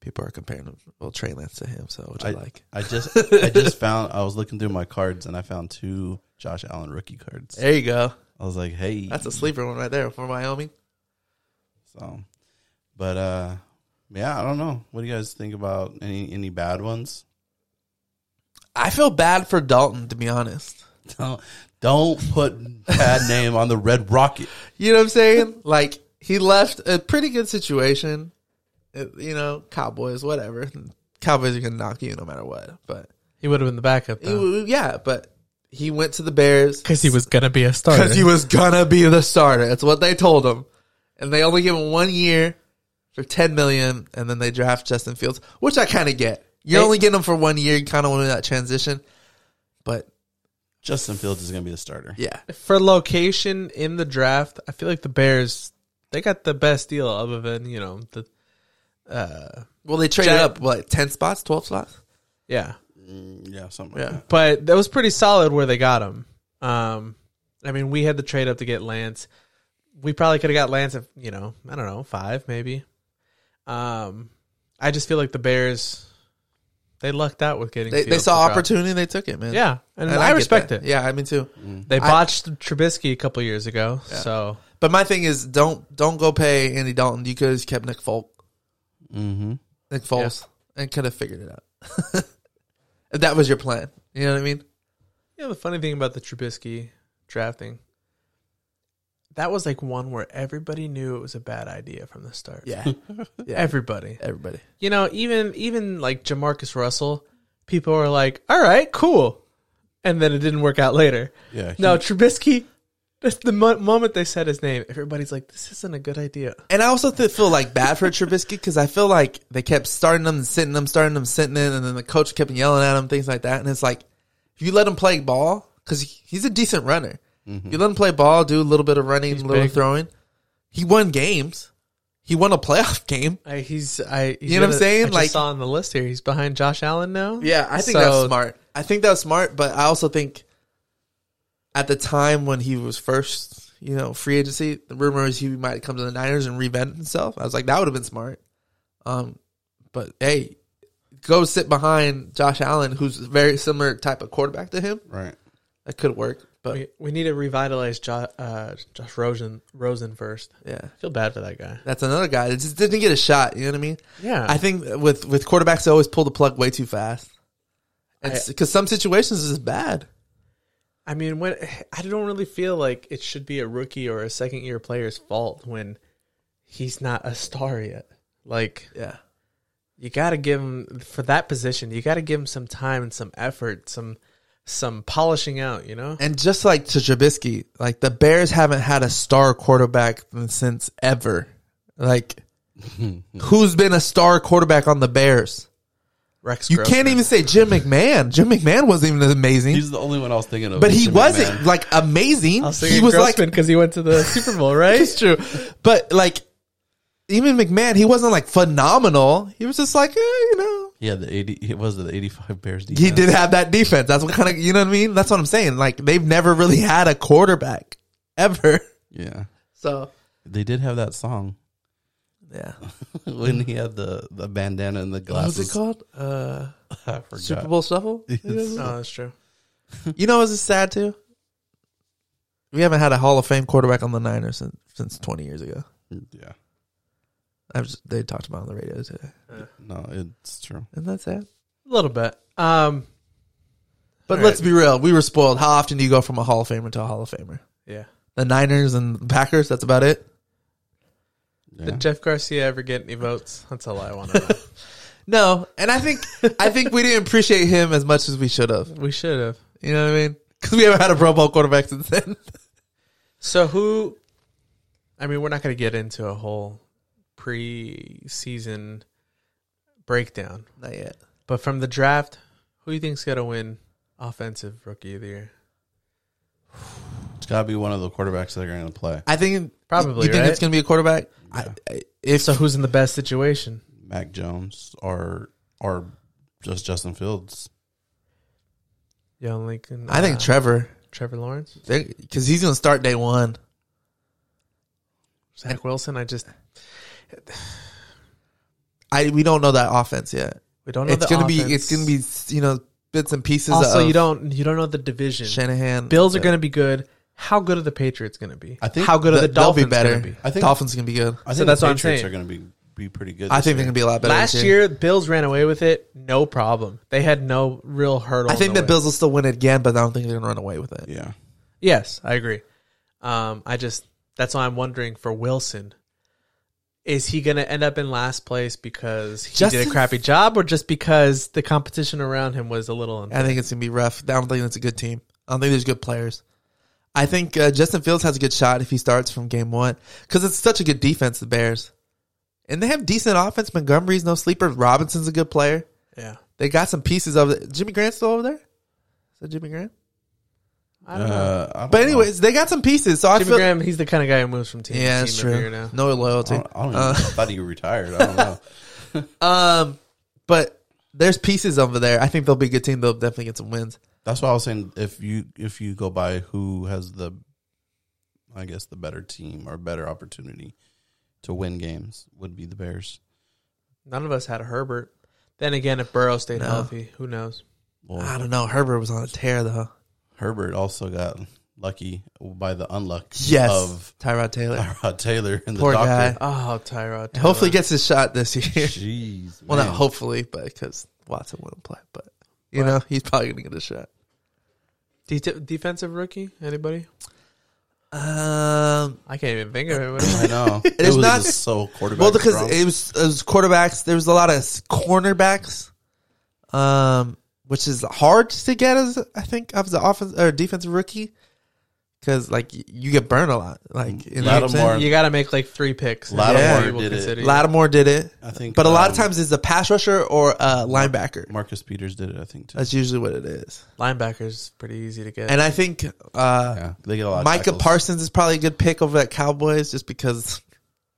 S2: people are comparing him, well Trey Lance to him. So which I, like.
S1: I just I just found I was looking through my cards and I found two Josh Allen rookie cards.
S2: There you go.
S1: I was like, hey,
S2: That's a sleeper one right there for Wyoming.
S1: so. But uh, yeah, I don't know. What do you guys think about any any bad ones?
S2: I feel bad for Dalton to be honest.
S1: Don't don't put bad name on the Red Rocket.
S2: You know what I'm saying? Like he left a pretty good situation. It- you know, Cowboys, whatever. Cowboys are gonna knock you no matter what. But
S3: He would have been the backup though,
S2: yeah, but he went to the Bears.
S3: because he was gonna be a starter.
S2: Because he was gonna be the starter. That's what they told him. And they only give him one year for ten million, and then they draft Justin Fields, which I kind of get. You're
S3: They-
S2: only getting him for one year, kind of want that transition. But
S1: Justin Fields is gonna be the starter.
S2: yeah,
S3: for location in the draft, I feel like the Bears they got the best deal other than you know the uh
S2: well, they traded
S3: Jack-
S2: up what ten spots, twelve spots.
S3: yeah,
S1: Mm, yeah, something.
S2: Yeah.
S1: Like that.
S3: but that was pretty solid where they got him. Um, I mean, we had the trade up to get Lance. We probably could have got Lance at you know I don't know five maybe. Um, I just feel like the Bears they lucked out with getting
S2: They, they
S3: Fields
S2: saw
S3: to drop.
S2: opportunity, they took it, man.
S3: Yeah, and,
S2: And
S3: I,
S2: get
S3: respect
S2: that.
S3: it.
S2: Yeah, I mean too.
S3: They botched Trubisky a couple years ago, so
S2: But my thing is, don't don't go pay Andy Dalton. You could have kept Nick Folk,
S1: Mm-hmm.
S2: Nick Foles, and could have figured it out. if that was your plan, you know what I mean?
S3: You know, the funny thing about the Trubisky drafting, that was like one where everybody knew it was a bad idea from the start.
S2: Yeah,
S3: Everybody.
S2: everybody.
S3: You know, even even like Jamarcus Russell, people were like, all right, cool. And then it didn't work out later.
S1: Yeah. he-
S3: No, Trubisky, that's the mo- moment they said his name, everybody's like, this isn't a good idea.
S2: And I also th- feel like bad for Trubisky because I feel like they kept starting him and sitting him, starting him, sitting him, and then the coach kept yelling at him, things like that. And it's like, if you let him play ball, because he's a decent runner, you let him play ball, do a little bit of running, a little
S3: big.
S2: throwing. He won games. He won a playoff game.
S3: I, he's, I, he's
S2: You know what I'm
S3: gonna-
S2: saying?
S3: I just
S2: Like-
S3: saw on the list here, he's behind Josh Allen now.
S2: Yeah, I think that's smart. I think that's smart, but I also think at the time when he was first, you know, free agency, the rumor is he might come to the Niners and reinvent himself. I was like, that would have been smart. Um, but hey, go sit behind Josh Allen, who's a very similar type of quarterback to him.
S1: Right.
S2: That could work, but
S3: We, we need to revitalize jo- uh, Josh Rosen, Rosen first.
S2: yeah,
S3: I feel bad for that guy.
S2: that's another guy that just didn't get a shot. You know what I mean?
S3: Yeah.
S2: I think with with quarterbacks, they always pull the plug way too fast. Because some situations is bad.
S3: I mean, when I don't really feel like it should be a rookie or a second year player's fault when he's not a star yet. Like
S2: Yeah.
S3: you got to give him for that position, you got to give him some time and some effort, some some polishing out, you know?
S2: And just like to Trubisky, like the Bears haven't had a star quarterback since ever. Like, who's been a star quarterback on the Bears?
S3: Rex
S2: You
S3: Grossman.
S2: can't e- even say Jim McMahon. Jim McMahon wasn't even amazing,
S1: He's the only one I was thinking of.
S2: but he
S1: Jim
S2: wasn't
S1: McMahon.
S2: like amazing.
S3: I'll say
S2: He was like
S3: because he went to the Super Bowl, right?
S2: it's true, but like even McMahon, he wasn't like phenomenal. He was just like eh, you know.
S1: Yeah, the eighty. It was the eighty-five Bears defense.
S2: He did have that defense. That's what kind of you know what I mean. That's what I'm saying. Like they've never really had a quarterback ever.
S1: Yeah,
S2: So
S1: they did have that song
S2: yeah.
S1: when he had the the bandana and the
S2: What was it
S1: glasses.
S2: called? Uh,
S1: I forgot.
S2: Super Bowl Shuffle.
S1: Yes.
S3: No, Oh, that's true.
S2: you know, is it sad too? We haven't had a Hall of Fame quarterback on the Niners since, since 20 years ago.
S1: Yeah.
S2: I was, they talked about it on the radio today.
S1: No, it's true.
S2: Isn't that sad?
S3: A little bit. Um
S2: But
S3: All
S2: let's be real. We were spoiled. How often do you go from a Hall of Famer to a Hall of Famer?
S3: yeah.
S2: The Niners and the Packers. That's about it.
S1: Yeah.
S3: Did Jeff Garcia ever get any votes? That's all I want to know.
S2: No, and I think I think we didn't appreciate him as much as we should have.
S3: we should have.
S2: You know what I mean? Because we haven't had a Pro Bowl quarterback since then.
S3: So who? I mean, we're not going to get into a whole preseason breakdown,
S2: Not yet.
S3: but from the draft, who do you think's going to win offensive rookie of the year?
S1: It's got to be one of the quarterbacks that are going to play.
S2: I think
S3: Probably,
S2: You think
S3: right?
S2: it's going to be a quarterback? I, I, if
S3: So who's in the best situation?
S1: Mac Jones or or just Justin Fields.
S3: Yeah, Lincoln.
S2: I think
S3: uh,
S2: Trevor,
S3: Trevor Lawrence,
S2: because he's going to start day one.
S3: Zach Wilson. I just
S2: I we don't know that offense yet.
S3: we don't know.
S2: It's
S3: the
S2: going to be
S3: offense.
S2: it's going to be you know bits and pieces.
S3: Also,
S2: of
S3: you don't you don't know the division.
S2: Shanahan
S3: Bills are going to be good. How good are the Patriots going to be?
S1: I think-
S3: How good are the
S2: Th- they'll
S3: Dolphins
S2: be better.
S3: going to be?
S1: I think-
S2: Dolphins going to be good.
S1: I
S3: So
S1: think
S3: that's
S1: the
S3: what I'm
S1: Patriots
S3: saying.
S1: are going to be be pretty good.
S2: I
S1: this
S2: think they're
S1: year.
S2: going to be a lot better.
S3: Last
S2: this
S3: year, Bills ran away with it, no problem. They had no real hurdle.
S2: I
S3: in
S2: think
S3: the
S2: the
S3: way.
S2: Bills will still win it again, but I don't think they're going to run away with it.
S1: Yeah,
S3: Yes, I agree. Um, I just that's why I'm wondering for Wilson, is he going to end up in last place because he did
S2: Justin-
S3: a crappy job, or just because the competition around him was a little? Unfair?
S2: I think it's going to be rough. I don't think it's a good team. I don't think there's good players. I think uh, Justin Fields has a good shot if he starts from game one because it's such a good defense, the Bears. And they have decent offense. Montgomery's no sleeper. Robinson's a good player.
S3: Yeah,
S2: They got some pieces of it. Jimmy Grant's still over there? Is that Jimmy Grant?
S3: I don't know.
S1: Uh, I don't
S2: But,
S1: know.
S2: anyways, they got some pieces. So I
S3: Jimmy
S2: feel.
S3: Graham, he's the kind of guy who moves from team
S2: yeah,
S3: to
S2: that's
S3: team every year
S2: true.
S3: now.
S2: No
S1: I
S2: loyalty.
S1: don't, I don't even
S2: Uh,
S1: I thought he retired. I don't know.
S2: Um, but there's pieces over there. I think they'll be a good team. They'll definitely get some wins.
S1: That's why I was saying if you if you go by who has the, I guess the better team or better opportunity to win games would be the Bears.
S3: None of us had Herbert. Then again, if Burrow stayed
S2: No.
S3: healthy, who knows?
S1: Well,
S2: I don't know. Herbert was on a tear though.
S1: Herbert also got lucky by the unluck
S2: Yes,
S1: of
S2: Tyrod Taylor.
S1: Tyrod Taylor and the
S2: Poor
S1: doctor.
S3: Oh, Tyrod. Taylor.
S2: Hopefully gets his shot this year.
S1: Jeez,
S2: well,
S1: man.
S2: not hopefully, but because Watson wouldn't play. But you know, he's probably gonna get a shot.
S3: De- defensive rookie. Anybody?
S2: Um,
S3: I can't even think of anybody.
S1: I know it
S2: There's
S1: was
S2: not-
S1: just so quarterback.
S2: well, because
S1: strong.
S2: it was, it was quarterbacks. There was a lot of s- cornerbacks, um, which is hard to get as I think as an offense or defensive rookie, because like y- you get burned a lot. Like you know what I'm saying?
S1: Lattimore
S3: you got to make like three picks.
S1: Lattimore
S3: Yeah. People
S1: did it.
S3: consider you.
S2: Lattimore did it.
S1: I think,
S2: but a lot of
S1: um,
S2: times it's a pass rusher or a linebacker.
S1: Marcus Peters did it. I think too.
S2: That's usually what it is.
S3: Linebackers pretty easy to get.
S2: And I think uh,
S1: Yeah, they get a lot. of
S2: Micah
S1: tackles.
S2: Parsons is probably a good pick over at Cowboys just because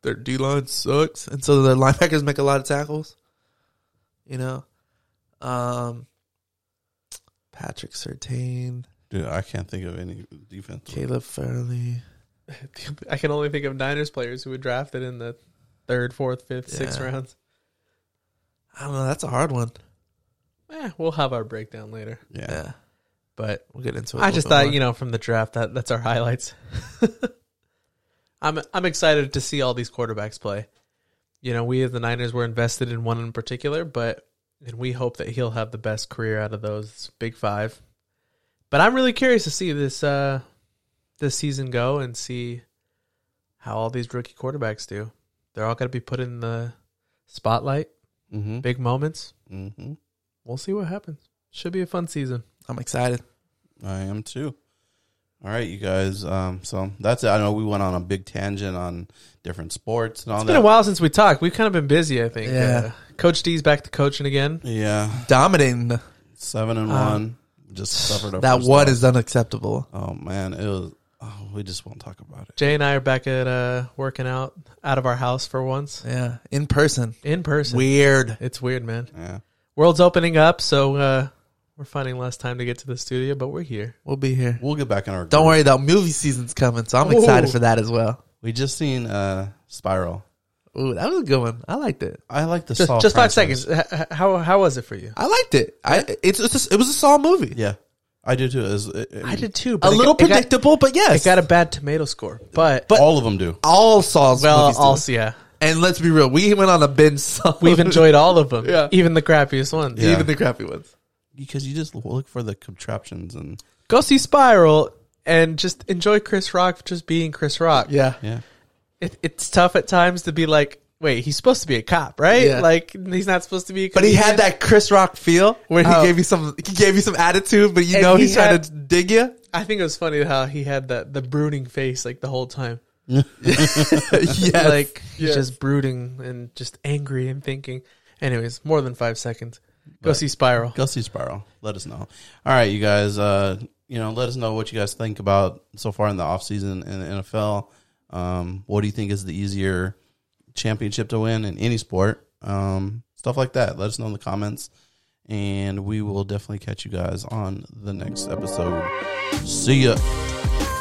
S2: their D line sucks, and so their linebackers make a lot of tackles. You know, um, Patrick Sertain,
S1: Dude, I can't think of any defense.
S2: Caleb Farley.
S3: I can only think of Niners players who were drafted in the third, fourth, fifth, sixth
S2: Yeah.
S3: rounds.
S2: I don't know. That's a hard one.
S3: Eh, we'll have our breakdown later.
S1: Yeah.
S2: Yeah,
S3: But
S2: we'll get into it.
S3: I just thought, you know, from the draft that that's our highlights. I'm I'm excited to see all these quarterbacks play. You know, we as the Niners were invested in one in particular, but and we hope that he'll have the best career out of those big five. But I'm really curious to see this uh this season go and see how all these rookie quarterbacks do. They're all going to be put in the spotlight,
S1: Mm-hmm.
S3: big moments.
S1: Mm-hmm.
S3: We'll see what happens. Should be a fun season.
S2: I'm excited.
S1: I am too. All right, you guys. Um, so that's it. I know we went on a big tangent on different sports and all
S3: It's
S1: that.
S3: been a while since we talked. We've kind of been busy, I think.
S2: Yeah.
S3: Uh, Coach D's back to coaching again.
S1: Yeah,
S2: Dominating the-
S1: seven and
S3: Uh,
S1: one. Just suffered our
S2: that
S1: first
S2: one
S1: loss.
S2: is unacceptable.
S1: Oh man, it was. Oh, we just won't talk about it.
S3: Jay and I are back at uh, working out out of our house for once
S2: Yeah, in person.
S3: in person.
S2: Weird.
S3: it's weird, man.
S1: Yeah.
S3: World's opening up, so uh, we're finding less time to get to the studio, but we're here.
S2: We'll be here.
S1: We'll get back in our.
S2: Don't
S1: groove.
S2: worry though, movie season's coming, so I'm excited
S3: Ooh.
S2: for that as well.
S1: We just seen uh Spiral.
S2: Ooh, that was a good one. I liked it.
S1: I like the Saw
S3: Just, just five
S1: franchise.
S3: seconds. H- h- How how was it for you?
S2: I liked it. I it's, it's a, it was a Saw movie.
S1: Yeah, I do too. It was- it- it-
S3: I did too.
S2: A little predictable,
S3: predictable.
S2: but yes,
S3: It got a bad tomato score, but but
S1: all of them do.
S2: all Saws.
S3: well,
S2: movies do.
S3: also yeah,
S2: and let's be real, we went on a binge. Saw.
S3: we've enjoyed all of them,
S2: Yeah.
S3: even the crappiest ones.
S1: Yeah.
S2: even the crappy ones.
S1: because you just look for the contraptions and
S3: Go see Spiral and just enjoy Chris Rock for just being Chris Rock.
S2: Yeah,
S1: yeah.
S3: it, it's tough at times to be like, wait, he's supposed to be a cop, right?
S2: Yeah.
S3: Like he's not supposed to be. A
S2: but he
S3: comedian.
S2: had that Chris Rock feel where he
S3: Oh.
S2: gave you some he gave you some attitude, but you
S3: And
S2: know
S3: he
S2: he's trying
S3: had-
S2: to dig you.
S3: I think it was funny how he had that the brooding face like the whole time.
S2: yes.
S3: Like he's
S2: Yes.
S3: just brooding and just angry and thinking. Anyways, more than five seconds. Go see Spiral.
S1: Go see Spiral. Let us know. All right, you guys. Uh, you know, let us know what you guys think about so far in the offseason in the NFL. Um, what do you think is the easier championship to win in any sport? um, stuff like that. Let us know in the comments, and we will definitely catch you guys on the next episode. See ya.